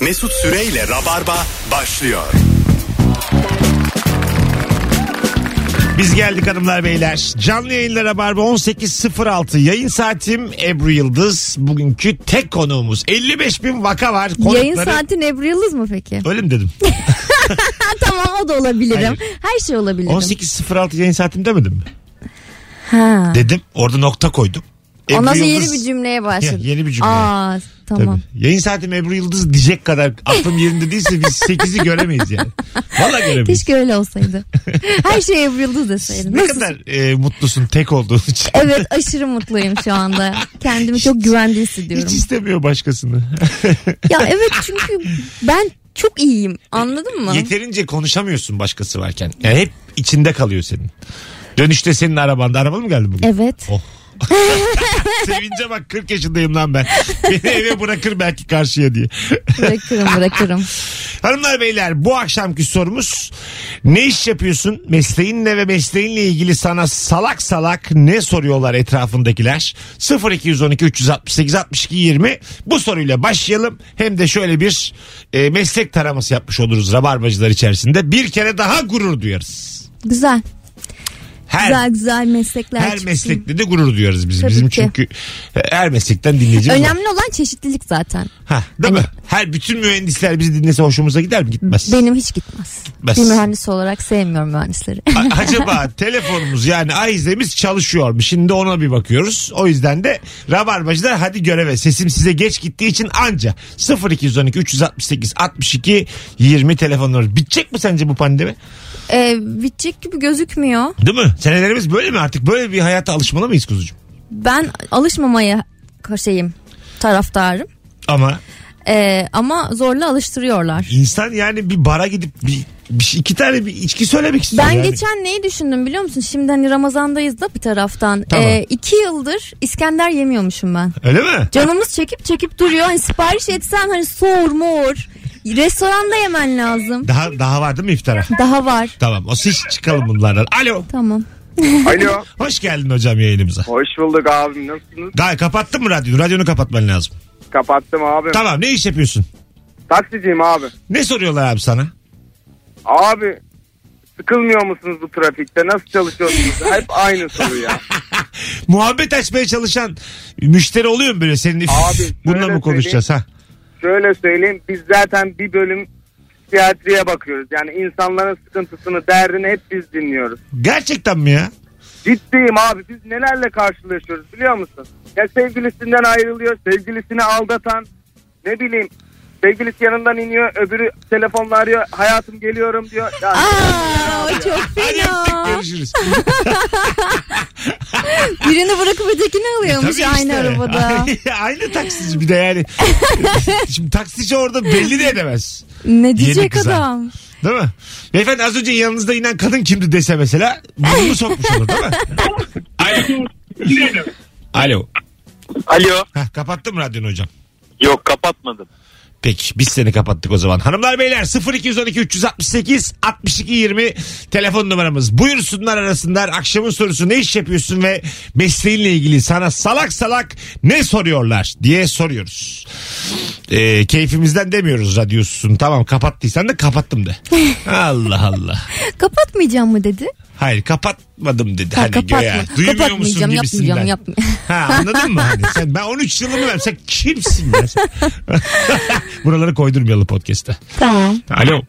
Mesut Süreyle Rabarba başlıyor. Biz geldik hanımlar beyler. Canlı yayınlara barba 18.06 yayın saatim Ebru Yıldız. Bugünkü tek konuğumuz. 55 bin vaka var. Konukları... Yayın saatin Ebru Yıldız mı peki? Öyle mi dedim? Ha, E, tamam o da olabilirim. Hayır. Her şey olabilirim. 18.06 yayın saatim demedim mi? Ha. Dedim. Orada nokta koydum. Ebru Ondan sonra Yıldız- yeni bir cümleye başladım. Ya, yeni bir cümleye. Aa, Tabii. tamam. Yayın saatim Ebru Yıldız diyecek kadar aklım yerinde değilse biz 8'i göremeyiz yani. Valla göremeyiz. Keşke öyle olsaydı. Her şey Ebru Yıldız deseydin. Ne Nasıl? kadar e, mutlusun tek olduğun için. Evet aşırı mutluyum şu anda. Kendimi çok güvende Hiç hissediyorum. istemiyor başkasını. ya evet çünkü ben çok iyiyim. Anladın mı? Yeterince konuşamıyorsun başkası varken. Yani hep içinde kalıyor senin. Dönüşte senin arabanda. Arabalı mı geldi bugün? Evet. Oh. Sevince bak 40 yaşındayım lan ben. Beni eve bırakır belki karşıya diye. Bırakırım bırakırım. Hanımlar beyler bu akşamki sorumuz ne iş yapıyorsun? Mesleğinle ve mesleğinle ilgili sana salak salak ne soruyorlar etrafındakiler? 0212 368 62 20 bu soruyla başlayalım. Hem de şöyle bir e, meslek taraması yapmış oluruz rabarbacılar içerisinde. Bir kere daha gurur duyarız. Güzel. Her Güzel güzel meslekler her çıksın. meslekte de gurur duyarız biz. Tabii Bizim ki. çünkü e, her meslekten dinleyicimiz var. Önemli olan çeşitlilik zaten. Ha, değil mi? Her bütün mühendisler bizi dinlese hoşumuza gider mi? Gitmez. Benim hiç gitmez. Bas. Bir mühendis olarak sevmiyorum mühendisleri. A- acaba telefonumuz yani Ayze'miz çalışıyor mu? Şimdi ona bir bakıyoruz. O yüzden de Rabarbacılar hadi göreve. Sesim size geç gittiği için anca 0212 368 62 20 telefonları. Bitecek mi sence bu pandemi? ee, bitecek gibi gözükmüyor. Değil mi? Senelerimiz böyle mi artık? Böyle bir hayata alışmalı mıyız kuzucuğum? Ben alışmamaya şeyim taraftarım. Ama Ee, ama zorla alıştırıyorlar. insan yani bir bara gidip bir, bir şey- iki tane bir içki söylemek istiyor. Ben yani. geçen neyi düşündüm biliyor musun? Şimdi hani Ramazan'dayız da bir taraftan. Tamam. Ee, iki yıldır İskender yemiyormuşum ben. Öyle mi? Canımız çekip çekip duruyor. Hani sipariş etsen hani soğur mor. Restoranda yemen lazım. Daha daha var değil mi iftara? Daha var. Tamam o siz çıkalım bunlardan. Alo. Tamam. Alo. Hoş geldin hocam yayınımıza. Hoş bulduk abim nasılsınız? Gay kapattın mı radyonu? Radyonu kapatman lazım. Kapattım abi. Tamam ne iş yapıyorsun? Taksiciyim abi. Ne soruyorlar abi sana? Abi sıkılmıyor musunuz bu trafikte? Nasıl çalışıyorsunuz? Hep aynı soru ya. Muhabbet açmaya çalışan müşteri oluyor mu böyle senin? Abi, Bununla şöyle mı konuşacağız ha? Şöyle söyleyeyim biz zaten bir bölüm psikiyatriye bakıyoruz. Yani insanların sıkıntısını, derdini hep biz dinliyoruz. Gerçekten mi ya? Ciddiyim abi biz nelerle karşılaşıyoruz biliyor musun? Ya sevgilisinden ayrılıyor, sevgilisini aldatan ne bileyim sevgilisi yanından iniyor, öbürü telefonla arıyor, hayatım geliyorum diyor. Ya, Aa, çok Hadi öptük, fena. görüşürüz. Birini bırakıp ötekini alıyormuş E, Tabii aynı işte. arabada. aynı taksici bir de yani. Şimdi taksici orada belli de edemez. Ne diyecek kıza. adam? Değil mi? Beyefendi az önce yanınızda inen kadın kimdi dese mesela burnunu sokmuş olur değil mi? Alo. Alo. Alo. Hah, kapattım radyonu hocam. Yok kapatmadım. Peki biz seni kapattık o zaman. Hanımlar beyler 0212 368 62 20 telefon numaramız. Buyursunlar arasınlar. Akşamın sorusu ne iş yapıyorsun ve mesleğinle ilgili sana salak salak ne soruyorlar diye soruyoruz. Ee, keyfimizden demiyoruz radyosun. Tamam kapattıysan da kapattım de. Allah Allah. Kapatmayacağım mı dedi? Hayır kapatmadım dedi. Ha, Hani kapatma. göğe, Duymuyor musun Kapatmayacağım, gibisinden. yapmayacağım, yapmayacağım. Ha, anladın mı? Hani sen, ben 13 yılımı verdim. Sen kimsin ya? sen? Buraları koydurmayalım podcast'ta. Tamam. Alo.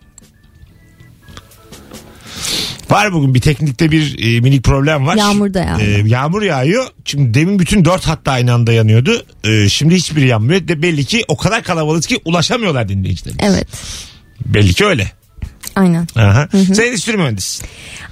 Var bugün bir teknikte bir e, minik problem var. Yağmur da yağıyor. E, yağmur yağıyor. Şimdi demin bütün dört hatta aynı anda yanıyordu. E, şimdi hiçbiri yanmıyor. De belli ki o kadar kalabalık ki ulaşamıyorlar dinleyicilerimiz. Evet. Belli ki öyle. Aynen. Aha. Sen endüstri mühendisi.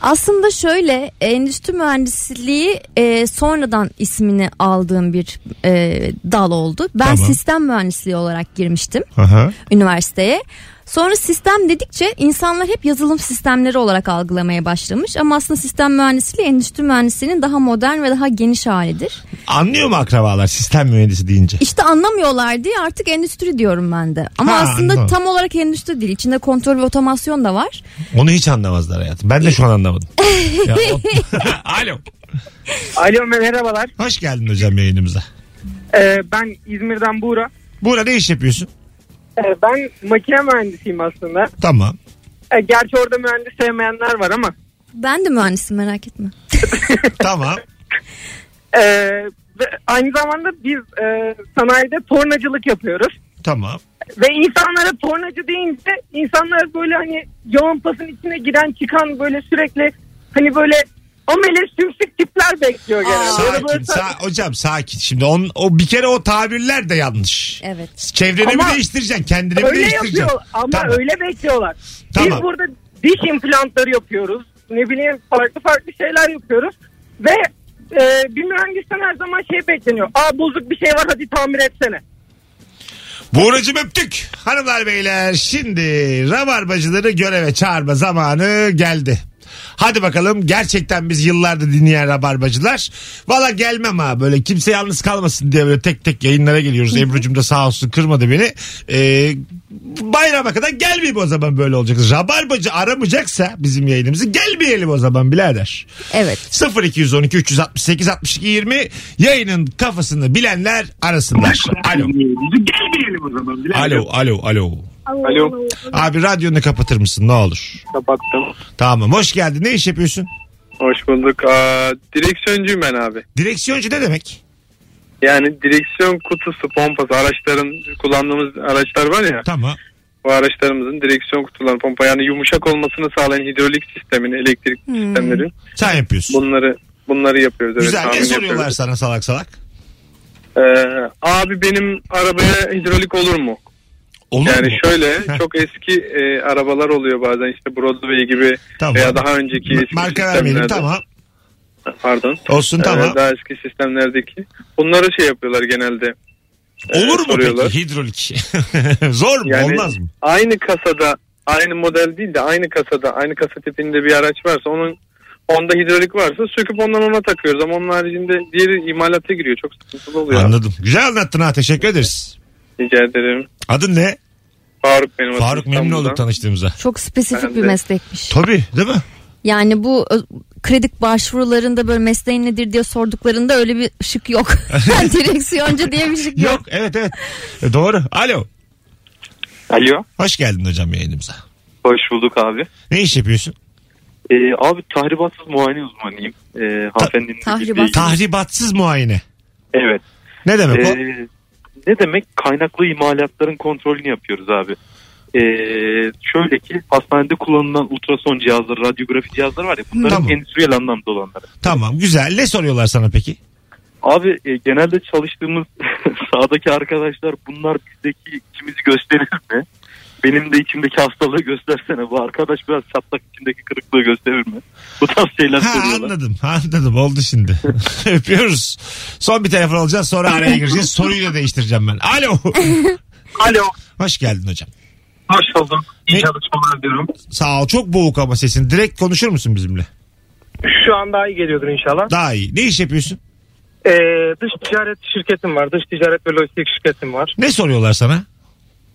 Aslında şöyle endüstri mühendisliği e, sonradan ismini aldığım bir e, dal oldu. Ben Tamam. sistem mühendisliği olarak girmiştim Aha. üniversiteye. Sonra sistem dedikçe insanlar hep yazılım sistemleri olarak algılamaya başlamış. Ama aslında sistem mühendisliği endüstri mühendisliğinin daha modern ve daha geniş halidir. Anlıyor mu akrabalar sistem mühendisi deyince? İşte anlamıyorlar diye artık endüstri diyorum ben de. Ama Ha, aslında anladım. tam olarak endüstri değil. İçinde kontrol ve otomasyon da var. Onu hiç anlamazlar hayatım. Ben de şu an anlamadım. Ya o- Alo. Alo merhabalar. Hoş geldin hocam yayınımıza. Ee, ben İzmir'den Buğra. Buğra ne iş yapıyorsun? Ee, Ben makine mühendisiyim aslında. Tamam. Ee, Gerçi orada mühendis sevmeyenler var ama. Ben de mühendisim merak etme. Tamam. Ee, ve aynı zamanda biz e, sanayide tornacılık yapıyoruz. Tamam. Ve insanlara tornacı deyince insanlar böyle hani yoğun pasın içine giren çıkan böyle sürekli hani böyle amele sümsük tipler bekliyor genelde. Böyle Sakin. böyle- Sa- hocam sakin. Şimdi on, o bir kere o tabirler de yanlış. Evet. Çevreni mi Ama- değiştireceksin? Kendini mi Öyle değiştireceksin? yapıyor ama Tamam. öyle bekliyorlar. Tamam. Biz burada diş implantları yapıyoruz. Ne bileyim farklı farklı şeyler yapıyoruz. Ve e, bir mühendisten her zaman şey bekleniyor. Aa bozuk bir şey var hadi tamir etsene. Buğracım öptük. Hanımlar beyler şimdi rabarbacıları göreve çağırma zamanı geldi. Hadi bakalım gerçekten biz yıllardır dinleyen rabarbacılar. Valla gelmem ha böyle kimse yalnız kalmasın diye böyle tek tek yayınlara geliyoruz. Ebru'cum da sağ olsun kırmadı beni. Ee, bayrama kadar gelmeyeyim o zaman böyle olacak. Rabarbacı aramayacaksa bizim yayınımızı gelmeyelim o zaman birader. Evet. 0212 368 62 20 yayının kafasını bilenler arasınlar. Alo. Alo, alo, alo. Alo. Abi radyonu kapatır mısın ne olur? Kapattım. Tamam. Hoş geldin. Ne iş yapıyorsun? Hoş bulduk. Aa, direksiyoncuyum ben abi. Direksiyoncu ne demek? Yani direksiyon kutusu, pompası, araçların kullandığımız araçlar var ya. Tamam. Bu araçlarımızın direksiyon kutuları, pompa yani yumuşak olmasını sağlayan hidrolik sistemin, elektrik Hmm. sistemleri. Sen yapıyorsun. Bunları bunları yapıyoruz. Evet, Güzel. Ne tahmin soruyorlar yapıyoruz. sana salak salak? Ee, abi benim arabaya hidrolik olur mu? Olur Yani mu? şöyle Heh. çok eski e, arabalar oluyor bazen işte Broadway gibi Tamam. veya daha önceki eski Marka vermeyelim sistemlerde. tamam. Pardon. Olsun Ee, tamam. daha eski sistemlerdeki. Bunları şey yapıyorlar genelde. Ee, Olur mu soruyorlar. peki hidrolik? Zor mu? Yani Olmaz mı? aynı kasada aynı model değil de aynı kasada aynı kasa tipinde bir araç varsa onun onda hidrolik varsa söküp ondan ona takıyoruz ama onun haricinde diğeri imalata giriyor. Çok sıkıntılı oluyor. Anladım. Güzel anlattın ha. Teşekkür ederiz. Rica ederim. Adın ne? Faruk benim adım Faruk memnun İstanbul'dan. olduk tanıştığımıza. Çok spesifik Ben bir de- meslekmiş. Tabii değil mi? Yani bu ö, kredi başvurularında böyle mesleğin nedir diye sorduklarında öyle bir şık yok. Direksiyoncu diye bir şık yok. Yok evet evet. E, Doğru. Alo. Alo. Hoş geldin hocam yayınımıza. Hoş bulduk abi. Ne iş yapıyorsun? Ee, abi tahribatsız muayene uzmanıyım. Ee, hanımefendinin tahribat. dediği- Tahribatsız muayene. Evet. Ne demek o? Ee, ne demek? Kaynaklı imalatların kontrolünü yapıyoruz abi. Ee, şöyle ki hastanede kullanılan ultrason cihazları, radyografi cihazları var ya bunların Tamam. endüstriyel anlamda olanları. Tamam güzel. Ne soruyorlar sana peki? Abi e, genelde çalıştığımız sağdaki arkadaşlar bunlar bizdeki içimizi gösterir mi? Benim de içimdeki hastalığı göstersene. Bu arkadaş biraz çatlak içindeki kırıklığı gösterir mi? Bu tarz şeyler Ha soruyorlar. anladım. Ha, anladım. Oldu şimdi. Öpüyoruz. Son bir telefon alacağız sonra araya gireceğiz. Soruyu da değiştireceğim ben. Alo. Alo. Hoş geldin hocam. Hoş bulduk. İyi Ne- çalışmalar diyorum. Sağ ol. Çok boğuk ama sesin. Direkt konuşur musun bizimle? Şu an daha iyi geliyordur inşallah. Daha iyi. Ne iş yapıyorsun? Ee, dış ticaret şirketim var. Dış ticaret ve lojistik şirketim var. Ne soruyorlar sana?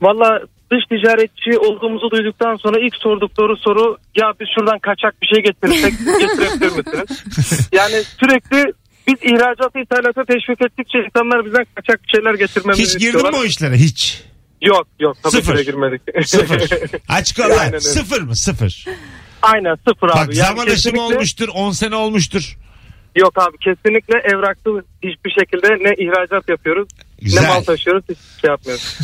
Valla dış ticaretçi olduğumuzu duyduktan sonra ilk sordukları soru ya biz şuradan kaçak bir şey getirirsek getirebilir misiniz? Yani sürekli biz ihracatı ithalata teşvik ettikçe insanlar bizden kaçak bir şeyler getirmemizi Hiç girdin istiyorlar. mi o işlere? Hiç. Yok yok tabii Sıfır. ki de girmedik. Sıfır. Aç Aynen kalay. öyle. Sıfır mı? Sıfır. Aynen sıfır abi. Bak Yani zaman aşımı kesinlikle- olmuştur. 10 sene olmuştur. Yok abi kesinlikle evraklı hiçbir şekilde ne ihracat yapıyoruz ne mal Güzel. taşıyoruz hiç şey yapmıyoruz.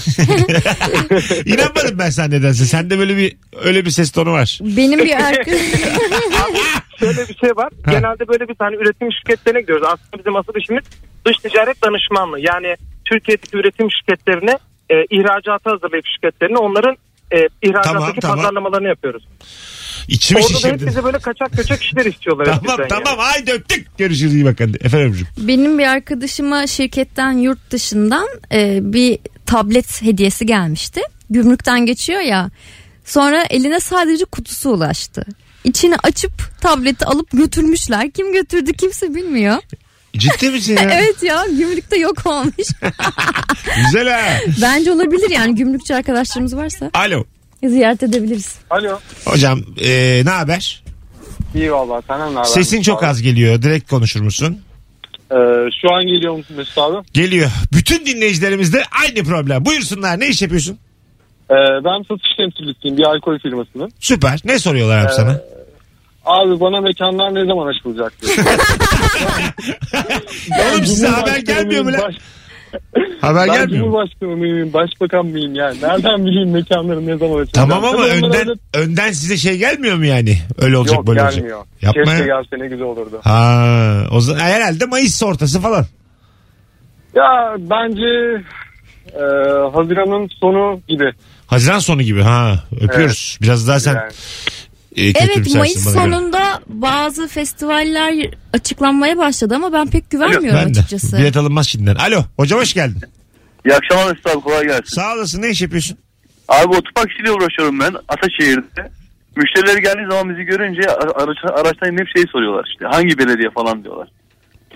İnanmadım ben sen nedense. Sende böyle bir öyle bir ses tonu var. Benim bir arkadaşım Şöyle bir şey var Ha. genelde böyle bir tane üretim şirketlerine gidiyoruz. Aslında bizim asıl işimiz dış ticaret danışmanlığı. Yani Türkiye'deki üretim şirketlerine e, ihracata hazırlayıp şirketlerine onların e, ihracattaki Tamam, tamam. pazarlamalarını yapıyoruz. İçimi Orada da hep şişirdin. bize böyle kaçak göçek işler istiyorlar. hep Tamam bizden tamam haydi öptük. Görüşürüz iyi bak hadi. Efendim hocam. Benim bir arkadaşıma şirketten yurt dışından e, bir tablet hediyesi gelmişti. Gümrükten geçiyor ya. Sonra eline sadece kutusu ulaştı. İçini açıp tableti alıp götürmüşler. Kim götürdü kimse bilmiyor. Ciddi misin ya? Evet ya gümrükte yok olmuş. Güzel ha. Bence olabilir yani gümrükçü arkadaşlarımız varsa Alo. ziyaret edebiliriz. Alo. Hocam e, ne haber? İyi valla senden ne haber? Sesin çok az geliyor. Direkt konuşur musun? Ee, şu an geliyor musun Mesut abi? Geliyor. Bütün dinleyicilerimizde aynı problem. Buyursunlar ne iş yapıyorsun? Ee, ben satış temsilcisiyim bir alkol firmasının. Süper. Ne soruyorlar abi sana? Ee, Abi bana mekanlar ne zaman açılacak diyor. Oğlum size haber gelmiyor mu lan? Haber Ben gelmiyor mu? Cumhurbaşkanı mıyım, başbakan mıyım yani? Nereden bileyim mekanların ne zaman açılacak? Tamam ama Tabii onlar önden öyle- önden size şey gelmiyor mu yani? Öyle olacak Yok böyle olacak. gelmiyor. Yapma Keşke ya. gelse ne güzel olurdu. Ha, o zaman herhalde Mayıs ortası falan. Ya bence e, Haziran'ın sonu gibi. Haziran sonu gibi ha. Öpüyoruz. Biraz daha sen Yani. e, Evet kötümsersin Mayıs bana göre. sonunda bazı festivaller açıklanmaya başladı ama ben pek güvenmiyorum Ben de. açıkçası. Bilet alınmaz şimdiden. Alo hocam hoş geldin. İyi akşamlar Mesut abi kolay gelsin. Sağ olasın ne iş yapıyorsun? Abi otopark işiyle uğraşıyorum ben Ataşehir'de. Müşteriler geldiği zaman bizi görünce ara- araç- araçtan inip şey soruyorlar işte. Hangi belediye falan diyorlar.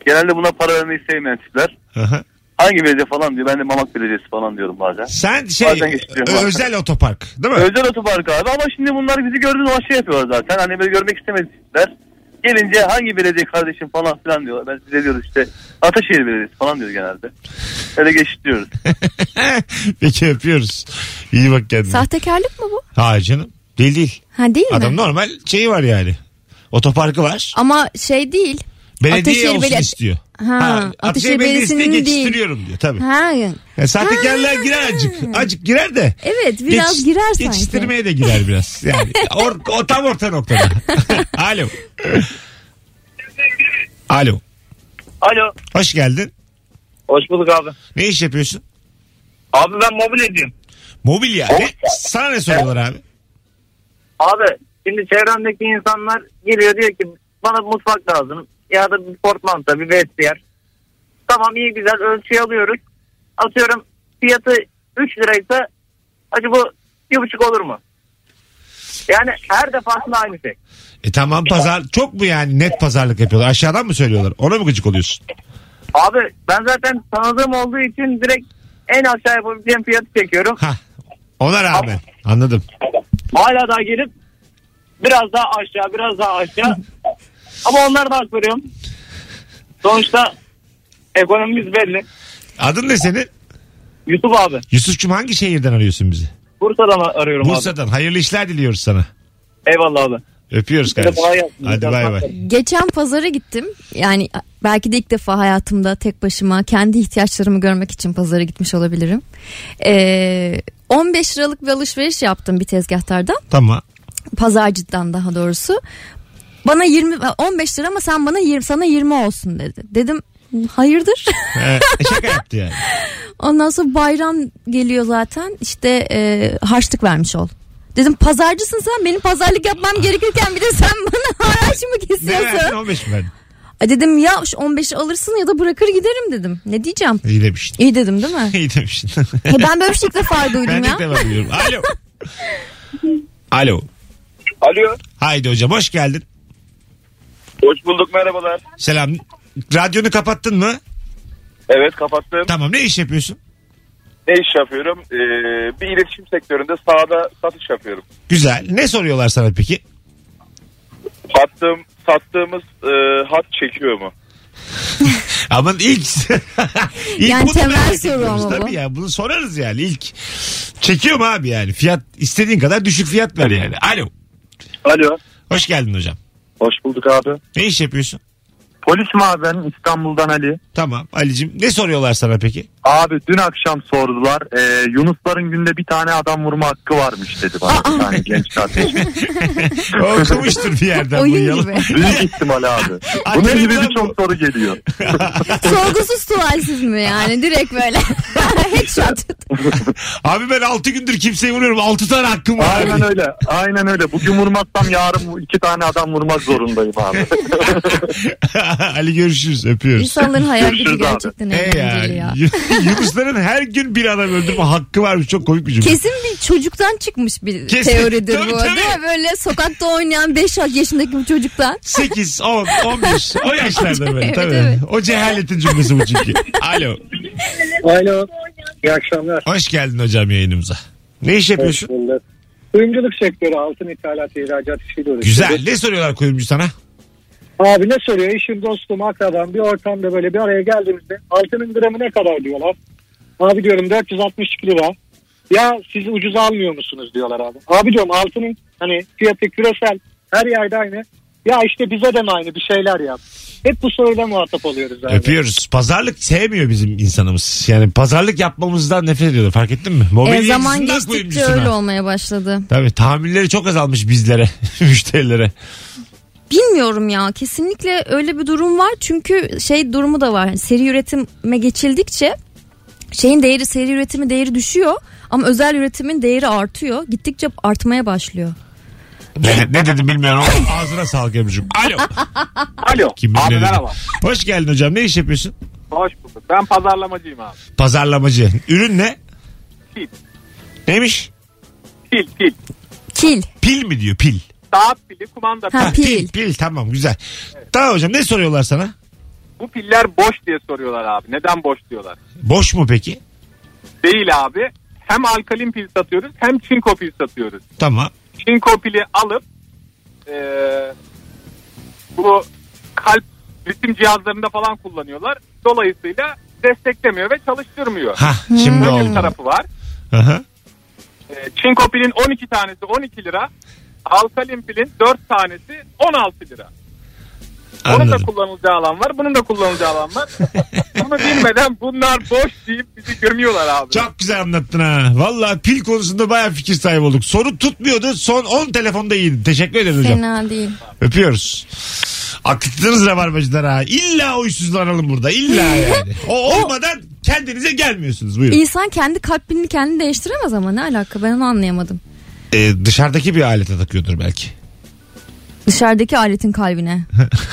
Genelde buna para vermeyi sevmeyen tipler. Aha. Hangi belediye falan diyor. Ben de Mamak Belediyesi falan diyorum bazen. Sen şey Bazen geçiriyorum ö- bazen. özel otopark değil mi? Özel otopark abi ama şimdi bunlar bizi gördüğü zaman şey yapıyorlar zaten. Hani böyle görmek istemediler. Gelince hangi belediye kardeşim falan filan diyorlar. Ben size diyoruz işte Ataşehir Belediyesi falan diyor genelde. Öyle geçiştiriyoruz. Peki öpüyoruz. İyi bak kendine. Sahtekarlık mı bu? ha canım. Değil değil. Ha değil Adam mi? normal şeyi var yani. Otoparkı var. Ama şey değil. Belediye Ataşehir olsun Beli- istiyor. Ha, Ataşehir Belediyesi'ne Belediyesi'nin değil. geçiştiriyorum diyor tabii. Ha. Ya sahtekarlar girer acık. Acık girer de. Evet E, biraz Geçiş- girer sanki. Geçiştirmeye de girer biraz. Yani or, o tam orta noktada. Alo. Alo. Alo. Hoş geldin. Hoş bulduk abi. Ne iş yapıyorsun? Abi ben mobil edeyim. Mobilya. Ne? Sana ne soruyorlar abi? Abi şimdi çevremdeki insanlar geliyor diyor ki bana bir mutfak lazım ya da bir portmanta bir vestiyer. Tamam iyi güzel ölçüyü alıyoruz. Atıyorum fiyatı 3 liraysa acaba bu bir buçuk olur mu? Yani her defasında aynı şey. E tamam pazar çok mu yani net pazarlık yapıyorlar? Aşağıdan mı söylüyorlar? Ona mı gıcık oluyorsun? Abi ben zaten tanıdığım olduğu için direkt en aşağı yapabileceğim fiyatı çekiyorum. Ha. Ona rağmen. Anladım. Hala daha gelip biraz daha aşağı biraz daha aşağı. Ama onlar da hak veriyorum. Sonuçta ekonomimiz belli. Adın ne senin? Yusuf abi. Yusuf'cum hangi şehirden arıyorsun bizi? Bursa'dan arıyorum abi. Bursa'dan. Hayırlı işler diliyoruz sana. Eyvallah abi. Öpüyoruz de kolay kardeşim. gelsin. Hadi bay bay. Geçen pazara gittim. Yani belki de ilk defa hayatımda tek başıma kendi ihtiyaçlarımı görmek için pazara gitmiş olabilirim. Ee, 15 liralık bir alışveriş yaptım bir tezgahtardan. Tamam. Pazarcıdan daha doğrusu. Bana 20 15 lira ama sen bana 20 sana 20 olsun dedi. Dedim hayırdır? Ee, şaka yaptı yani. Ondan sonra bayram geliyor zaten. İşte e, harçlık vermiş ol. Dedim pazarcısın sen benim pazarlık yapmam gerekirken bir de sen bana haraç mı Ne verdin kesiyorsun? 15 mi verdin? Ay dedim ya şu 15'i alırsın ya da bırakır giderim dedim. Ne diyeceğim? İyi demiştin. İyi dedim değil mi? İyi demiştin. He, ben böyle bir şey ilk defa ben duydum de ya. ilk defa duyuyorum. Alo. Alo. Alo. Haydi hocam hoş geldin. Hoş bulduk merhabalar. Selam. Radyonu kapattın mı? Evet kapattım. Tamam ne iş yapıyorsun? Ne iş yapıyorum? Ee, bir iletişim sektöründe sahada satış yapıyorum. Güzel. Ne soruyorlar sana peki? Sattığım, sattığımız e, hat çekiyor mu? Aman ilk... ilk Yani bunu temel merak soru ediyoruz ama bu. Tabii ya bunu sorarız yani ilk. Çekiyor mu abi yani? Fiyat istediğin kadar düşük fiyat ver yani. Alo. Alo. Hoş geldin hocam. Hoş bulduk abi. Ne iş yapıyorsun? Polis mi abi ben İstanbul'dan Ali. Tamam Ali'cim ne soruyorlar sana peki? Abi dün akşam sordular. Ee, Yunusların günde bir tane adam vurma hakkı varmış dedi bana. bir tane genç kardeş. Okumuştur bir yerden bu Oyun yalan. gibi. Büyük ihtimal abi. Bunun gibi birçok soru geliyor. Sorgusuz tuvalsiz mi yani direkt böyle. Headshot. Abi ben 6 gündür kimseyi vuruyorum. 6 tane hakkım var. Aynen öyle. Aynen öyle. Bugün vurmazsam yarın iki tane adam vurmak zorundayım abi. Ali görüşürüz. Öpüyoruz. İnsanların hayal gücü Görüşürüz abi. gerçekten E ya, eğlenceli ya. Yunusların her gün bir adam öldürme hakkı varmış. Çok komik bir cümle. Kesin bir çocuktan çıkmış bir Kesin. teoridir Tabii, bu. tabii. Değil mi? Böyle sokakta oynayan 5 yaşındaki bir çocuktan. 8, 10, 11. O yaşlarda böyle. Evet, tabii. evet. O cehaletin cümlesi bu çünkü. Alo. Alo. İyi akşamlar. Hoş geldin hocam yayınımıza. Ne iş yapıyorsun? bulduk. Kuyumculuk sektörü altın ithalat ihracat işiyle uğraşıyor. Güzel. Ne soruyorlar kuyumcu sana? Abi ne soruyor? Eşim, dostum, akrabam bir ortamda böyle bir araya geldiğimizde altının gramı ne kadar diyorlar. Abi diyorum 462 lira. Ya siz ucuz almıyor musunuz diyorlar abi. Abi diyorum altının hani fiyatı küresel her yerde aynı. Ya işte bize de mi aynı bir şeyler yap. Hep bu soruyla muhatap oluyoruz abi. Öpüyoruz. Pazarlık sevmiyor bizim insanımız. Yani pazarlık yapmamızdan nefret ediyorlar fark ettin mi? Mobilya E, zaman yüzünden geçtikçe kuyumcusuna. öyle olmaya başladı. Tabii tahammülleri çok azalmış bizlere, müşterilere. Bilmiyorum ya kesinlikle öyle bir durum var çünkü şey durumu da var Hani seri üretime geçildikçe şeyin değeri seri üretimi değeri düşüyor ama özel üretimin değeri artıyor gittikçe artmaya başlıyor. Ne, ne dedim bilmiyorum ama ağzına sağlık Ebru'cum. Alo. Alo. Kim bilir ne abi dedi? merhaba. Hoş geldin hocam. Ne iş yapıyorsun? Hoş bulduk. Ben pazarlamacıyım abi. Pazarlamacı. Ürün ne? Pil. Neymiş? Pil pil. Kil. Pil mi diyor pil? Saat pili, kumanda pili. Ha, pil. Pil, pil tamam güzel. Tamam hocam ne soruyorlar sana? Bu piller boş diye soruyorlar abi. Neden boş diyorlar? Boş mu peki? Değil abi. Hem alkalin pil satıyoruz hem çinko pil satıyoruz. Tamam. Çinko pili alıp eee, bu kalp ritim cihazlarında falan kullanıyorlar. Dolayısıyla desteklemiyor ve çalıştırmıyor. Ha Hmm. şimdi Böyle bir oldu. tarafı var. Aha. Eee, Çinko pilin 12 tanesi 12 lira. Alkalin pilin 4 tanesi 16 lira. Onun da Anladım. kullanılacağı alan var. Bunun da kullanılacağı alan var. Bunu bilmeden bunlar boş deyip bizi gömüyorlar abi. Çok güzel anlattın ha. Valla pil konusunda baya fikir sahibi olduk. Soru tutmuyordu. Son 10 telefonda iyiydi. Teşekkür ederiz hocam. Fena değil. Öpüyoruz. Akıttınız rabarbacılar ha. İlla uysuzlanalım burada. İlla yani. O olmadan kendinize gelmiyorsunuz. Buyurun. İnsan kendi kalbini kendi değiştiremez ama ne alaka ben onu anlayamadım. Ee, dışarıdaki bir alete takıyordur belki. Dışarıdaki aletin kalbine.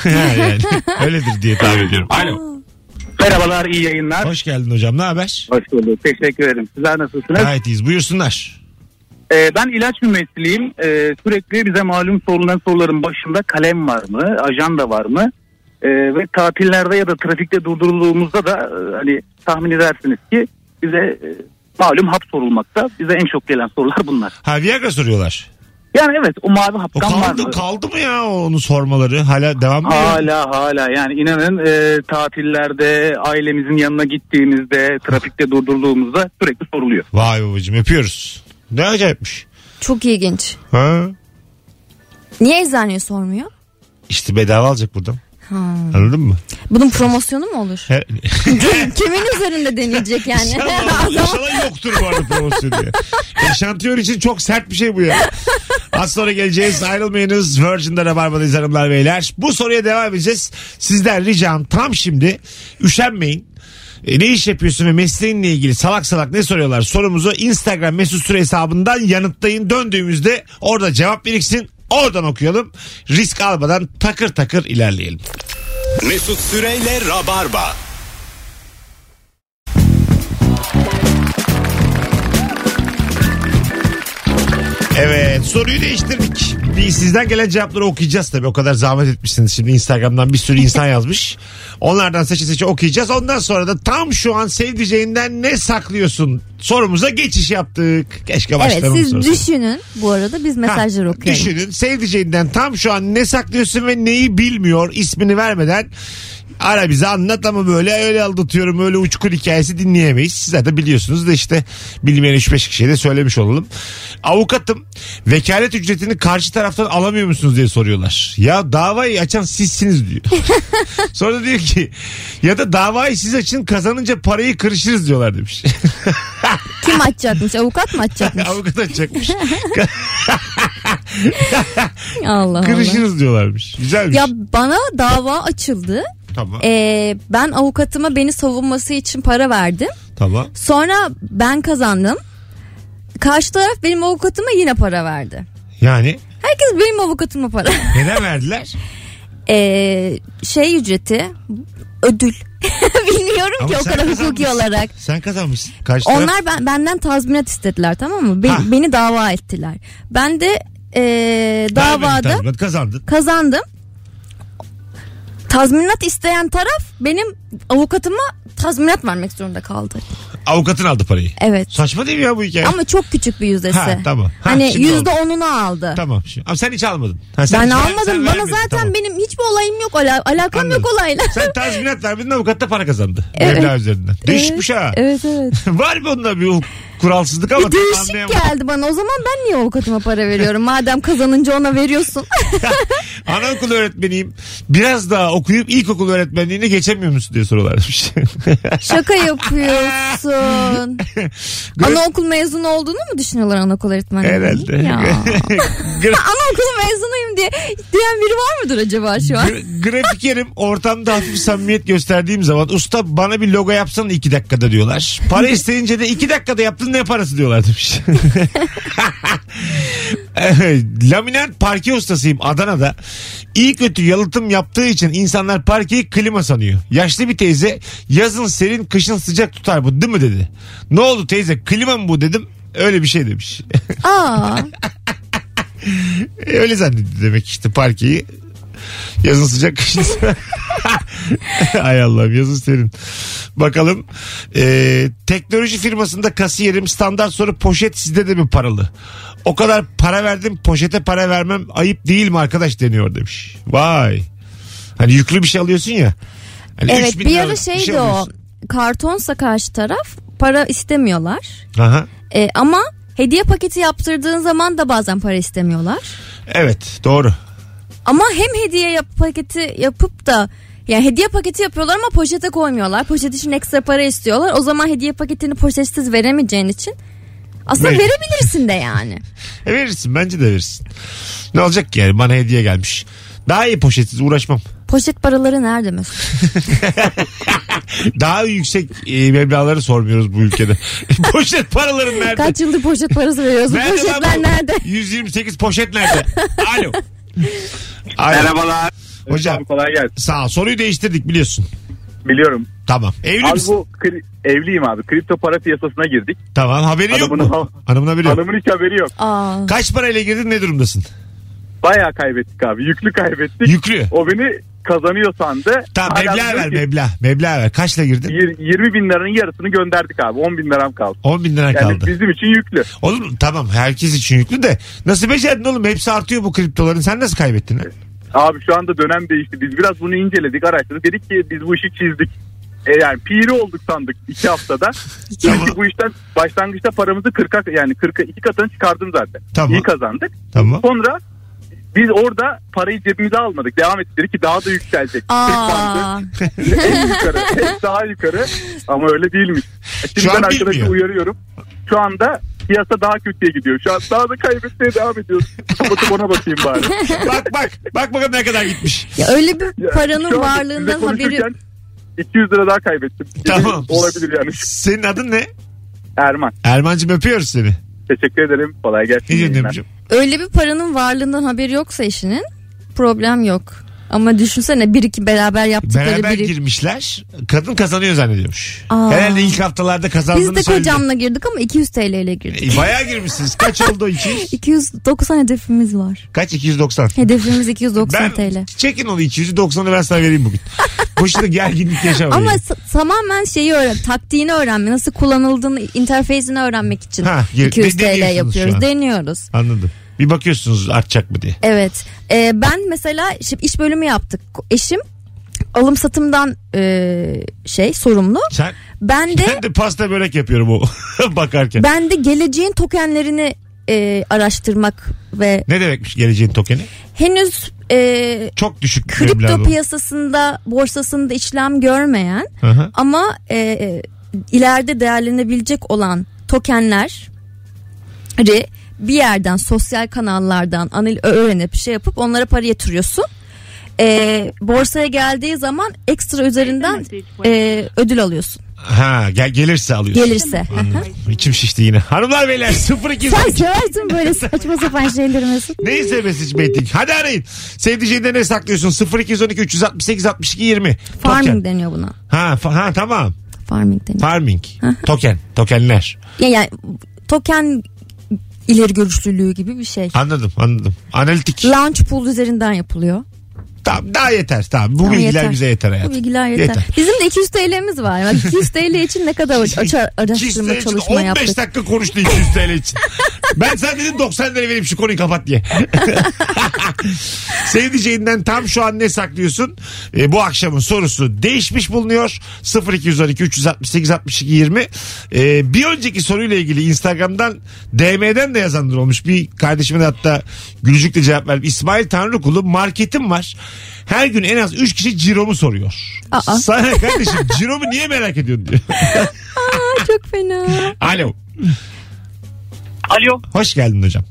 yani öyledir diye tahmin ediyorum. Alo. Merhabalar iyi yayınlar. Hoş geldin hocam. Ne haber? Hoş bulduk. Teşekkür ederim. Sizler nasılsınız? Gayet iyiyiz. Buyursunlar. Ee, ben ilaç mümessiliyim. Ee, sürekli bize malum sorulan soruların başında kalem var mı, ajanda var mı? Ee, ve tatillerde ya da trafikte durdurulduğumuzda da e, hani tahmin edersiniz ki bize e, malum hap sorulmakta. Bize en çok gelen sorular bunlar. Ha Viagra soruyorlar. Yani evet o mavi O haptan var kaldı, mı? kaldı mı ya onu sormaları? Hala devam mı? Hala hala yani inanın e, tatillerde ailemizin yanına gittiğimizde trafikte durdurduğumuzda sürekli soruluyor. Vay babacım öpüyoruz. Ne acayipmiş. Çok ilginç. Ha? Niye eczaneye sormuyor? İşte bedava alacak buradan. Ha. Anladın mı? Bunun promosyonu mu olur? He- Kimin üzerinde deneyecek yani? İnşallah, inşallah yoktur bu arada promosyon diye. Eşantiyon için çok sert bir şey bu ya. Az sonra geleceğiz. Ayrılmayınız. Virgin'de Rabarba'dayız hanımlar beyler. Bu soruya devam edeceğiz. Sizden ricam tam şimdi üşenmeyin. E, ne iş yapıyorsun ve mesleğinle ilgili salak salak ne soruyorlar sorumuzu Instagram mesut süre hesabından yanıtlayın. Döndüğümüzde orada cevap biriksin. Oradan okuyalım. Risk almadan takır takır ilerleyelim. Mesut Süreyle Rabarba. Evet soruyu değiştirdik. Bir sizden gelen cevapları okuyacağız tabii. O kadar zahmet etmişsiniz. Şimdi Instagram'dan bir sürü insan yazmış. Onlardan seçe seçe okuyacağız. Ondan sonra da tam şu an sevdiceğinden ne saklıyorsun sorumuza geçiş yaptık. Keşke Evet baştan onu siz sorsaydım. düşünün. Bu arada biz mesajları Ha, okuyalım. Düşünün sevdiceğinden tam şu an ne saklıyorsun ve neyi bilmiyor ismini vermeden ara bize anlat ama böyle öyle aldatıyorum öyle uçkun hikayesi dinleyemeyiz. Siz de biliyorsunuz da işte bilmeyen 3-5 kişiye de söylemiş olalım. Avukatım vekalet ücretini karşı taraftan alamıyor musunuz diye soruyorlar. Ya davayı açan sizsiniz diyor. Sonra da diyor ki ya da davayı siz açın kazanınca parayı kırışırız diyorlar demiş. Kim açacakmış? Avukat mı açacakmış? Avukat açacakmış. Allah Allah. Kırışırız diyorlarmış. Güzelmiş. Ya bana dava açıldı. tamam. Ee, ben avukatıma beni savunması için para verdim. tamam. Sonra ben kazandım. Karşı taraf benim avukatıma yine para verdi. Yani Herkes benim avukatıma para. neden verdiler? Ee, şey ücreti ödül. Bilmiyorum Ama ki o sen kadar hukuki kazanmışsın. olarak. Sen kazanmışsın. Karşı taraf- Onlar ben, benden tazminat istediler tamam mı? Be- Ha. Beni dava ettiler. Ben de ee, Vermedin davada tazminat, kazandın. kazandım. Tazminat isteyen taraf benim avukatıma tazminat vermek zorunda kaldı. Avukatın aldı parayı. Evet. Saçma değil mi ya bu hikaye? Ama çok küçük bir yüzdesi. E? Ha, tamam. Ha, hani şimdi yüzde onunu aldı. Tamam. Şimdi. Ama sen hiç almadın. Ha, sen Ben hiç- sen almadım. Bana vermedin. zaten Tamam. benim hiçbir olayım yok. Ala- alakam Anladım. yok olayla. Sen tazminat vermedin avukat da para kazandı. Evet. Mevla üzerinden. Değişikmiş ha. Evet evet. Var mı onda bir hukuk kuralsızlık ama Bir değişik anlayamadım. geldi bana. O zaman ben niye avukatıma para veriyorum? Madem kazanınca ona veriyorsun. Anaokul öğretmeniyim. Biraz daha okuyup ilkokul öğretmenliğine geçemiyor musun diye sorularmış. Şaka yapıyorsun. Anaokul mezunu olduğunu mu düşünüyorlar anaokul öğretmenleri? Herhalde. Ya. Gra- Anaokulu mezunuyum diye diyen biri var mıdır acaba şu an? Gra- grafikerim ortamda hafif samimiyet gösterdiğim zaman usta bana bir logo yapsana iki dakikada diyorlar. Para isteyince de iki dakikada yaptın ne parası diyorlar demiş. Laminat parke ustasıyım Adana'da. İyi kötü yalıtım yaptığı için insanlar parkeyi klima sanıyor. Yaşlı bir teyze yazın serin kışın sıcak tutar bu değil mi dedi. Ne oldu teyze klima mı bu dedim. Öyle bir şey demiş. Aa, E, Öyle zannetti demek işte parkeyi. Yazın sıcak kışın. Ay Allah'ım yazın serin. Bakalım. E, teknoloji firmasında kasiyerim standart soru poşet sizde de mi paralı? O kadar para verdim poşete para vermem ayıp değil mi arkadaş deniyor demiş. Vay. Hani yüklü bir şey alıyorsun ya. Hani evet 3000 bir liralık ara şeydi şey o. alıyorsun. Kartonsa karşı taraf para istemiyorlar. Aha. Ee, ama hediye paketi yaptırdığın zaman da bazen para istemiyorlar. Evet doğru. Ama hem hediye yap- paketi yapıp da yani hediye paketi yapıyorlar ama poşete koymuyorlar. Poşet için ekstra para istiyorlar. O zaman hediye paketini poşetsiz veremeyeceğin için aslında Mecbur. verebilirsin de yani. E verirsin bence de verirsin. Ne olacak ki yani bana hediye gelmiş. Daha iyi poşetsiz uğraşmam. Poşet paraları nerede Mesut? Daha yüksek e, meblağları sormuyoruz bu ülkede. poşet paraların nerede? Kaç yıldır poşet parası veriyoruz. Bu Nerede lan bu? Poşetler nerede? 128 poşet nerede? Alo. Alo. Merhabalar. Hocam kolay gelsin. sağ ol. Soruyu değiştirdik biliyorsun. Biliyorum. Tamam. Evli Abi misin? bu kri- evliyim abi. Kripto para piyasasına girdik. Tamam. Haberi yok Hanımın- mu? Hanımın haberi yok. Hanımın hiç haberi yok. Aa. Kaç parayla girdin ne durumdasın? Bayağı kaybettik abi. Yüklü kaybettik. Yüklü. O beni kazanıyor sandı. Tamam Hala meblağ diyor ver ki, meblağ. Meblağ ver. Kaçla girdin? yir- 20 bin liranın yarısını gönderdik abi. 10 bin liram kaldı. 10 bin lira Yani kaldı. bizim için yüklü. Oğlum tamam herkes için yüklü de nasıl becerdin oğlum hepsi artıyor bu kriptoların sen nasıl kaybettin? ha? Abi şu anda dönem değişti. Biz biraz bunu inceledik, araştırdık. Dedik ki biz bu işi çizdik. E yani piri olduk sandık iki haftada. Çünkü Tamam. bu işten başlangıçta paramızı 40'a yani 40'a iki katını çıkardım zaten. Tamam. İyi kazandık. Tamam. Sonra biz orada parayı cebimize almadık. Devam ettik ki daha da yükselecek. Aa. en yukarı, hep daha yukarı. Ama öyle değilmiş. E, Şimdi Şu an ben arkadaşı bilmiyor. uyarıyorum. Şu anda piyasa daha kötüye gidiyor. Şu an daha da kaybetmeye devam ediyoruz. Kapatıp ona bakayım bari. bak bak bak bakalım ne kadar gitmiş. Ya öyle bir Ya, paranın şu anda varlığından sizinle haberi konuşurken 200 lira daha kaybettim. Gibi Tamam. Olabilir yani. Senin adın ne? Erman. Erman'cığım öpüyoruz seni. Teşekkür ederim. Kolay gelsin. İyi İyi günler. günler. öyle bir paranın varlığından haberi yoksa işinin problem yok. Ama düşünsene bir iki beraber yaptıkları Beraber biri. girmişler. Kadın kazanıyor zannediyormuş. Aa. Herhalde ilk haftalarda kazandığını Biz de söyledi. kocamla girdik ama 200 TL ile girdik. E, Bayağı girmişsiniz. Kaç oldu 200? 290 hedefimiz var. Kaç? 290. Hedefimiz 290 ben, TL. Çekin onu 290'ı ben sana vereyim bugün. Boşuna gerginlik yaşamayın. Ama s- tamamen şeyi öğren, taktiğini öğrenme, nasıl kullanıldığını, interfeysini öğrenmek için Ha, gir- 200 de- TL deniyorsunuz şu yapıyoruz, an. deniyoruz. Anladım. Bir bakıyorsunuz artacak mı diye. Evet. Ee, ben mesela şimdi iş bölümü yaptık. Eşim alım satımdan e, şey sorumlu. Sen Ben de ben de pasta börek yapıyorum o bakarken. ben de geleceğin tokenlerini e, araştırmak ve Ne demekmiş geleceğin tokeni? henüz e, Çok düşük bir meblağ kripto bu. piyasasında borsasında işlem görmeyen Hı hı. ama e, e, ileride değerlenebilecek olan tokenler bir yerden sosyal kanallardan anal- öğrenip şey yapıp onlara para yatırıyorsun. E, borsaya geldiği zaman ekstra üzerinden e, ödül alıyorsun Ha, gel gelirse alıyorsun. gelirse. Anladım. İçim şişti yine. Hanımlar beyler 0212 Sen seversin böyle saçma sapan şeyleri Mesut. Neyse message betting. Hadi arayın. Sevdiceğinde ne saklıyorsun? 0212 368 62 20. Farming Token. deniyor buna. Ha, fa- ha tamam. Farming deniyor. Farming. Token. Tokenler. Ya yani token ileri görüşlülüğü gibi bir şey. Anladım anladım. Analitik. Launch pool üzerinden yapılıyor. Tamam daha yeter. Tamam bu Tamam, bilgiler yeter. bize yeter Şey, hayatım. Bu bilgiler yeter. Bizim de 200 TL'miz var. Bak 200 TL için ne kadar açar, araştırma Çizdiği için çalışma 15 yaptık. dakika konuştu 200 TL için. ben sana dedim 90 lira vereyim şu konuyu kapat diye. Sevdiceğinden tam şu an ne saklıyorsun? E, bu akşamın sorusu değişmiş bulunuyor. 0212 368 62 20. E, bir önceki soruyla ilgili Instagram'dan DM'den de yazandır olmuş. Bir kardeşime de hatta gülücükle cevap verip İsmail Tanrıkulu marketim var. Her gün en az 3 kişi ciromu soruyor. Aa. Sana kardeşim ciromu niye merak ediyorsun diyor. Aa, çok fena. Alo. Alo. Hoş geldin hocam.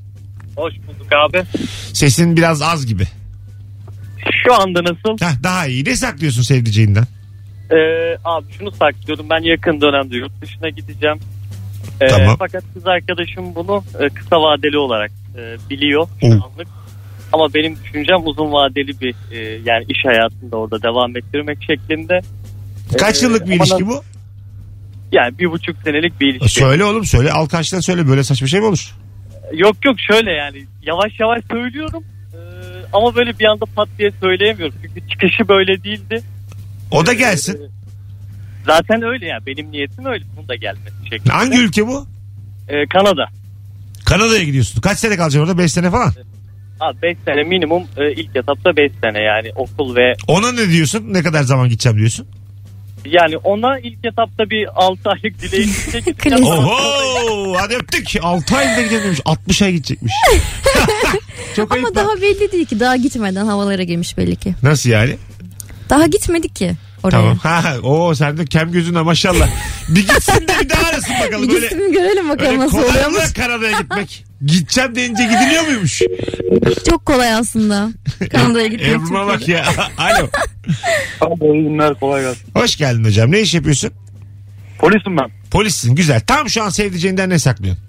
Hoş bulduk abi. Sesin biraz az gibi. Şu anda nasıl? Heh, daha iyi. Ne saklıyorsun sevdiceğinden? E, Ee, abi şunu saklıyordum. Ben yakın dönemde yurt dışına gideceğim. Ee, Tamam. Fakat kız arkadaşım bunu e, kısa vadeli olarak e, biliyor şu Oo. anlık. Ama benim düşüncem uzun vadeli bir e, yani iş hayatında orada devam ettirmek şeklinde. Kaç Ee, yıllık bir ama ilişki nasıl- bu? Yani bir buçuk senelik bir ilişki. Söyle oğlum söyle. Al karşıdan söyle. Böyle saçma şey mi olur? Yok yok şöyle yani yavaş yavaş söylüyorum. Ee, ama böyle bir anda pat diye söyleyemiyorum. Çünkü çıkışı böyle değildi. O da gelsin. Zaten öyle yani benim niyetim öyle. Bunun da gelmesi şeklinde. Hangi ülke bu? Ee, Kanada. Kanada'ya gidiyorsun. Kaç sene kalacaksın orada? 5 sene falan. Abi 5 sene minimum e, ilk etapta 5 sene yani okul ve Ona ne diyorsun? Ne kadar zaman gideceğim diyorsun? yani ona ilk etapta bir 6 aylık dileğim Klasik. Oho! Hadi öptük. 6 ayda gidememiş. 60 ay gidecekmiş. Çok ayıp. Ama lan. daha belli değil ki. Daha gitmeden havalara girmiş belli ki. Nasıl yani? Daha gitmedik ki oraya. Tamam. Ha, o sen de kem gözünle maşallah. Bir gitsin de bir daha arasın bakalım. Bir Böyle gitsin görelim Öyle bakalım nasıl kolay mı oluyormuş. lan Kanada'ya gitmek? Gideceğim deyince gidiliyor muymuş? Çok kolay aslında. Kanada'ya gitmek çok Evrime bak kolay. ya. Alo. Abi günler kolay gelsin. Hoş geldin hocam. Ne iş yapıyorsun? Polisim ben. Polissin. Güzel. Tam şu an sevdiceğinden ne saklıyorsun?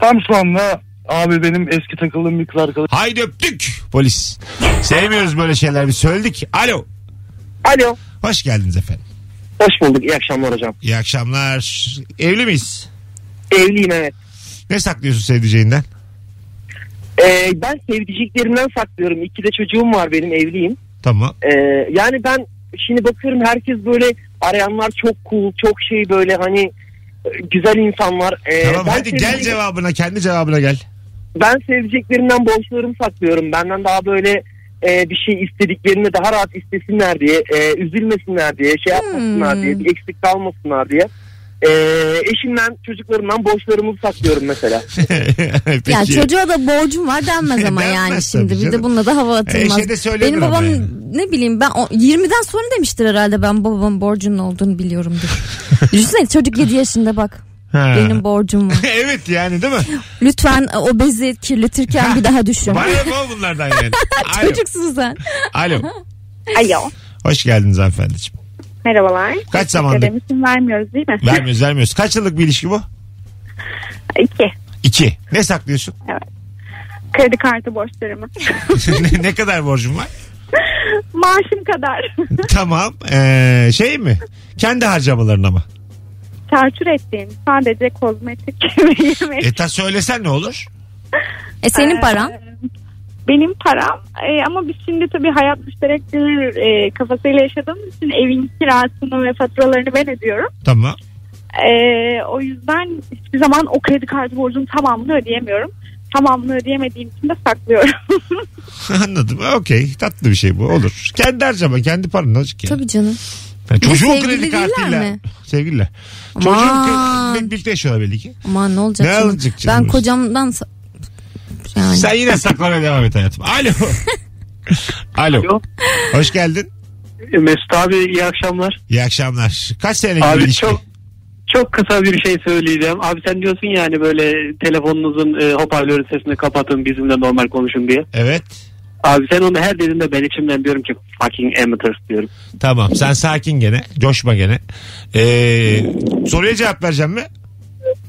Tam şu anda abi benim eski takıldığım bir kız arkadaşım. Haydi öptük polis. Sevmiyoruz böyle şeyler. Bir söyledik. Alo. Alo. Hoş geldiniz efendim. Hoş bulduk. İyi akşamlar hocam. İyi akşamlar. Evli miyiz? Evliyim evet. Ne saklıyorsun sevdiceğinden? Ee, ben sevdiciklerimden saklıyorum. İki de çocuğum var benim evliyim. Tamam. Ee, yani ben şimdi bakıyorum herkes böyle arayanlar çok cool, çok şey böyle hani e, güzel insanlar. Ee, tamam ben hadi gel sevdicik- cevabına. Kendi cevabına gel. Ben sevdiciklerimden borçlarımı saklıyorum. Benden daha böyle e, bir şey istediklerini daha rahat istesinler diye, e, üzülmesinler diye, şey yapmasınlar Hmm. diye, bir eksik kalmasınlar diye. Ee, eşimden, çocuklarımdan borçlarımı saklıyorum mesela. Peki. Ya çocuğa da borcum var denmez ama Denmez yani tabii şimdi. Bir canım. de bununla da hava E, atılmaz. şey de söylenir Benim ama babam yani. ne bileyim ben o- 20'den sonra demiştir herhalde ben babamın borcunun olduğunu biliyorum diye. Düşünsene çocuk 7 yaşında bak. Ha. Benim borcum var. evet yani değil mi? Lütfen e, o bezi kirletirken bir daha düşün. Bana yapalım bunlardan yani. Alo. Çocuksun sen. Alo. Alo. Hoş geldiniz hanımefendiciğim. Merhabalar. Kaç zamandır? Dedem isim vermiyoruz değil mi? Vermiyoruz vermiyoruz. Kaç yıllık bir ilişki bu? İki. İki. Ne saklıyorsun? Kredi kartı borçlarımı. ne, ne kadar borcun var? Maaşım kadar. Tamam. Ee, şey mi? Kendi harcamaların ama. Çarçur ettiğim sadece kozmetik ve yemek. E ta söylesen ne olur? E senin paran. Ee, Benim param e, ama biz şimdi tabii hayat müşterekleri e, kafasıyla yaşadığımız için evin kirasını ve faturalarını ben ödüyorum. Tamam. E, o yüzden hiçbir zaman o kredi kartı borcunun tamamını ödeyemiyorum. Tamamını ödeyemediğim için de saklıyorum. Anladım. Okey. Tatlı bir şey bu. Olur. Kendi harcama. Kendi paran olacak yani. Tabii canım. Yani çocuğun sevgili kredi değiller kartıyla. mi? Sevgililer. Çocuğun Aman. kredi birlikte yaşıyorlar belli ki. Aman ne olacak Ne şimdi? alacak canım Ben biz? kocamdan sa- yani. Sen yine saklamaya devam et hayatım. Alo. Alo. Alo. Hoş geldin. E, Mesut abi iyi akşamlar. İyi akşamlar. Kaç senelik bir Abi ilişki? çok çok kısa bir şey söyleyeceğim. Abi sen diyorsun yani böyle telefonunuzun e, hoparlörü sesini kapatın bizimle normal konuşun diye. Evet. Abi sen onu her dediğinde ben içimden diyorum ki fucking amateurs diyorum. Tamam sen sakin gene. Coşma gene. Ee, soruya cevap vereceğim mi?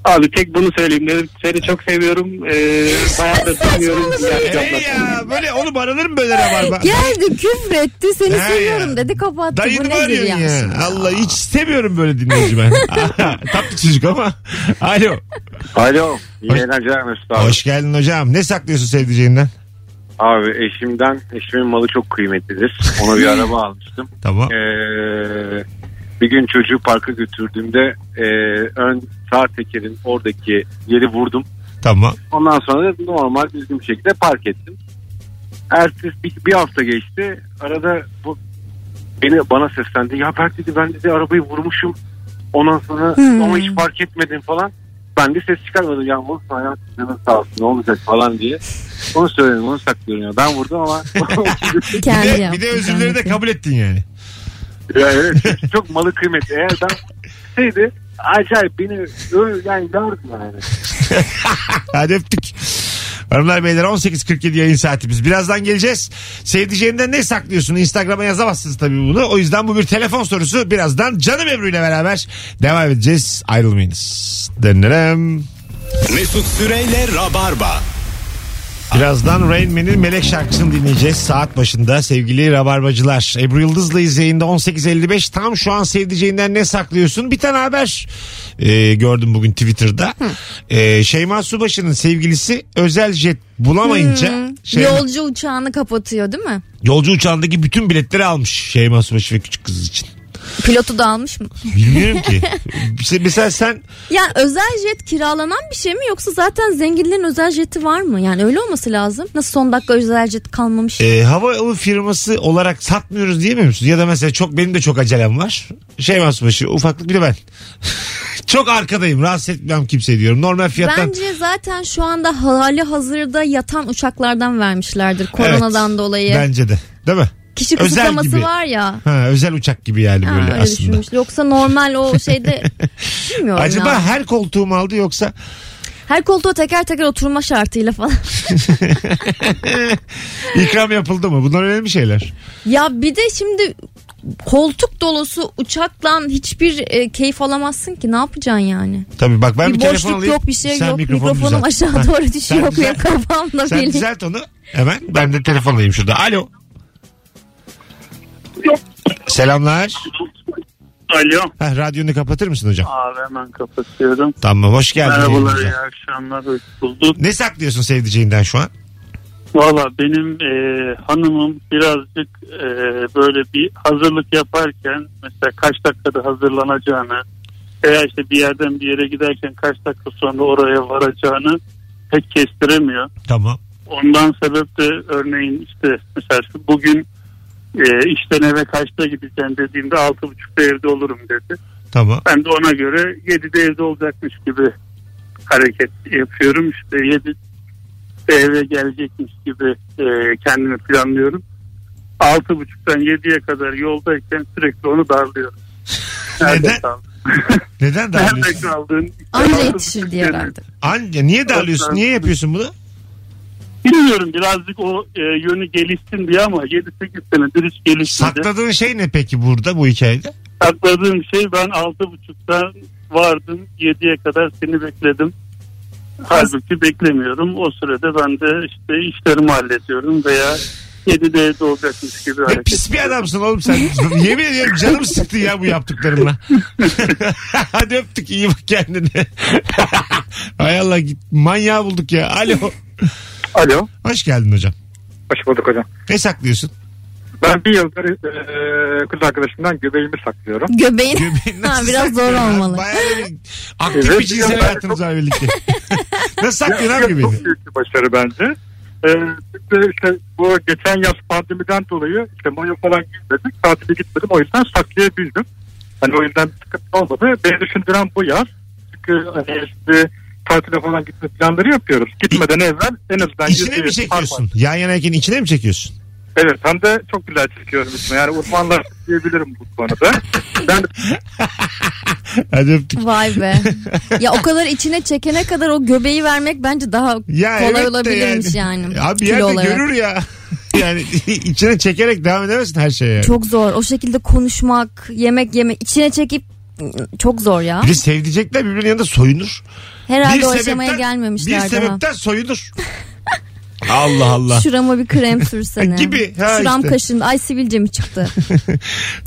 Abi tek bunu söyleyeyim dedim. Seni çok seviyorum. E, bayağıdır tanıyorum. İyi Ee akşamlar. ya böyle oğlum aranır mı böyle rabarba? Geldi küfretti seni Ha seviyorum ya. dedi kapattı. Dayını Bu mı nedir arıyorsun ya? ya? Allah hiç istemiyorum böyle dinleyici ben. Tatlı çocuk ama. Alo. Alo. Hoş- eğlenceler Mesut Hoş geldin hocam. Ne saklıyorsun sevdiceğinden? Abi eşimden, eşimin malı çok kıymetlidir. Ona bir araba almıştım. Tamam. Ee, bir gün çocuğu parka götürdüğümde e, ön sağ tekerin oradaki yeri vurdum. Tamam. Ondan sonra da normal düzgün bir şekilde park ettim. Ertesi bir, bir hafta geçti. Arada bu beni bana seslendi. Ya Berk dedi ben dedi arabayı vurmuşum. Ondan sonra Hmm. ama hiç fark etmedim falan. Ben de ses çıkarmadım. Ya Murat hayatım canın sağ olsun ne olacak falan diye. Onu söyledim onu saklıyorum ya. Ben vurdum ama. bir, de, bir de özürleri de kabul ettin yani. ya evet çünkü çok malı kıymetli. Eğer ben seydi acayip beni ö- yani dardı yani. Hadi öptük. Hanımlar beyler 18.47 yayın saatimiz. Birazdan geleceğiz. Sevdiceğinden ne saklıyorsun? Instagram'a yazamazsınız tabii bunu. O yüzden bu bir telefon sorusu. Birazdan Canım Ebru ile beraber devam edeceğiz. Ayrılmayınız. Dönelim. Mesut Süreyle Rabarba. Birazdan Rain Man'in Melek şarkısını dinleyeceğiz. Saat başında sevgili Rabarbacılar. Ebru Yıldız'layız yayında 18.55. Tam şu an sevdiceğinden ne saklıyorsun? Bir tane haber e, gördüm bugün Twitter'da. E, Şeyma Subaşı'nın sevgilisi özel jet bulamayınca... Hmm. Şeyma- Yolcu uçağını kapatıyor değil mi? Yolcu uçağındaki bütün biletleri almış Şeyma Subaşı ve küçük kız için. Pilotu da almış mı? Bilmiyorum ki. Mesela- Mesela sen Ya özel jet kiralanan bir şey mi yoksa zaten zenginlerin özel jeti var mı? Yani öyle olması lazım. Nasıl son dakika özel jet kalmamış? e, hava yolu firması olarak satmıyoruz diyemiyor musun? Ya da mesela çok benim de çok acelem var. Şeyma Subaşı ufaklık bir de ben. çok arkadayım rahatsız etmem kimse diyorum. Normal fiyattan Bence zaten şu anda hali hazırda yatan uçaklardan vermişlerdir koronadan Evet, dolayı. Bence de. Değil mi? Kişi Özel kısıtlaması gibi. var ya. Ha, özel uçak gibi yani Ha, böyle öyle aslında. düşünmüş. Yoksa normal o şeyde bilmiyorum Acaba ya. her koltuğum aldı yoksa Her koltuğa teker teker oturma şartıyla falan. ikram yapıldı mı? Bunlar önemli şeyler. ya bir de şimdi koltuk dolusu uçakla hiçbir e, keyif alamazsın ki ne yapacaksın yani? Tabii bak ben bir, bir telefon boşluk alayım. yok bir şey Sen yok. mikrofonu Mikrofonum düzelt. aşağı Ha, doğru sen düşüyor düzelt. benim kafamda Sen bile. düzelt onu. Hemen ben de telefon alayım şurada. Alo. Selamlar. Alo. Heh, radyonu kapatır mısın hocam? Abi hemen kapatıyorum. Tamam hoş geldin. Merhabalar yayınımıza. iyi akşamlar. Hoş bulduk. Ne saklıyorsun sevdiceğinden şu an? Valla benim e, hanımım birazcık e, böyle bir hazırlık yaparken mesela kaç dakikada hazırlanacağını veya işte bir yerden bir yere giderken kaç dakika sonra oraya varacağını pek kestiremiyor. Tamam. Ondan sebep de örneğin işte mesela şu bugün e, işten eve kaçta gideceğim dediğimde altı buçukta evde olurum dedi. Tamam. Ben de ona göre 7'de evde olacakmış gibi hareket yapıyorum. İşte 7 eve gelecekmiş gibi e, kendimi planlıyorum. 6.30'dan 7'ye kadar yoldayken sürekli onu darlıyorum. Nerede kaldın? Neden Nerede darlıyorsun? kaldın? Anca yetişir diye herhalde. Anne niye darlıyorsun? Niye yapıyorsun bunu? Bilmiyorum birazcık o e, yönü gelişsin diye ama 7-8 sene dürüst gelişmedi. Sakladığın şey ne peki burada bu hikayede? Sakladığım şey ben 6.30'da vardım 7'ye kadar seni bekledim. Halbuki beklemiyorum. O sürede ben de işte işlerimi hallediyorum veya 7'de evde olacakmış gibi Ne hareket pis bir adamsın oğlum sen. Yemin ediyorum canım sıktı ya bu yaptıklarımla. Hadi öptük iyi bak kendine. Hay Allah git manyağı bulduk ya. Alo. Alo. Hoş geldin hocam. Hoş bulduk hocam. Ne saklıyorsun? Ben bir yıldır e, kız arkadaşımdan göbeğimi saklıyorum. Göbeğin. ha, nasıl biraz zor saklıyor lan? olmalı. Bayağı bir aktif Evet, bir cinsel yani hayatınız var birlikte. Nasıl saklıyorsun abi Çok göbeğini? büyük bir başarı bence. E, biz de işte bu geçen yaz pandemiden dolayı işte mayo falan giymedik. Tatile gitmedim. O yüzden saklayabildim. Hani o yüzden bir sıkıntı olmadı. Beni düşündüren bu yaz. Çünkü hani işte tatile falan gitme planları yapıyoruz. Gitmeden evvel en azından İçine yüzüğü, mi çekiyorsun? Yan yanayken içine mi çekiyorsun? Evet hem de çok güzel çekiyorum içime. Yani uzmanlar diyebilirim bu konuda. Ben Hadi öptük. Vay be. ya o kadar içine çekene kadar o göbeği vermek bence daha Ya kolay evet de olabilirmiş yani. Abi kilo yerde olarak. görür ya. Yani içine çekerek devam edemezsin her şeye. Yani. Çok zor. O şekilde konuşmak, yemek yemek, içine çekip çok zor ya. Bir de sevdicekler birbirinin yanında soyunur. Herhalde bir o sebepten- aşamaya gelmemişler bir daha. sebepten soyunur. Allah Allah. Şurama bir krem sürsene. Gibi, ha Şuram işte. kaşındı. Ay sivilce mi çıktı?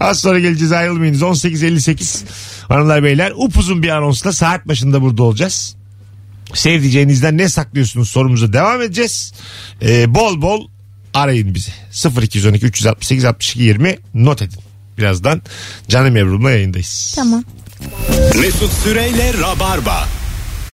Az sonra geleceğiz ayrılmayınız. 18.58 hanımlar beyler upuzun bir anonsla saat başında burada olacağız. Sevdiceğinizden ne saklıyorsunuz sorumuza devam edeceğiz. Ee, bol bol arayın bizi. 0212 368 62 20 not edin. Birazdan Canım Ebru'mla yayındayız. Tamam. Mesut Süreyle Rabarba.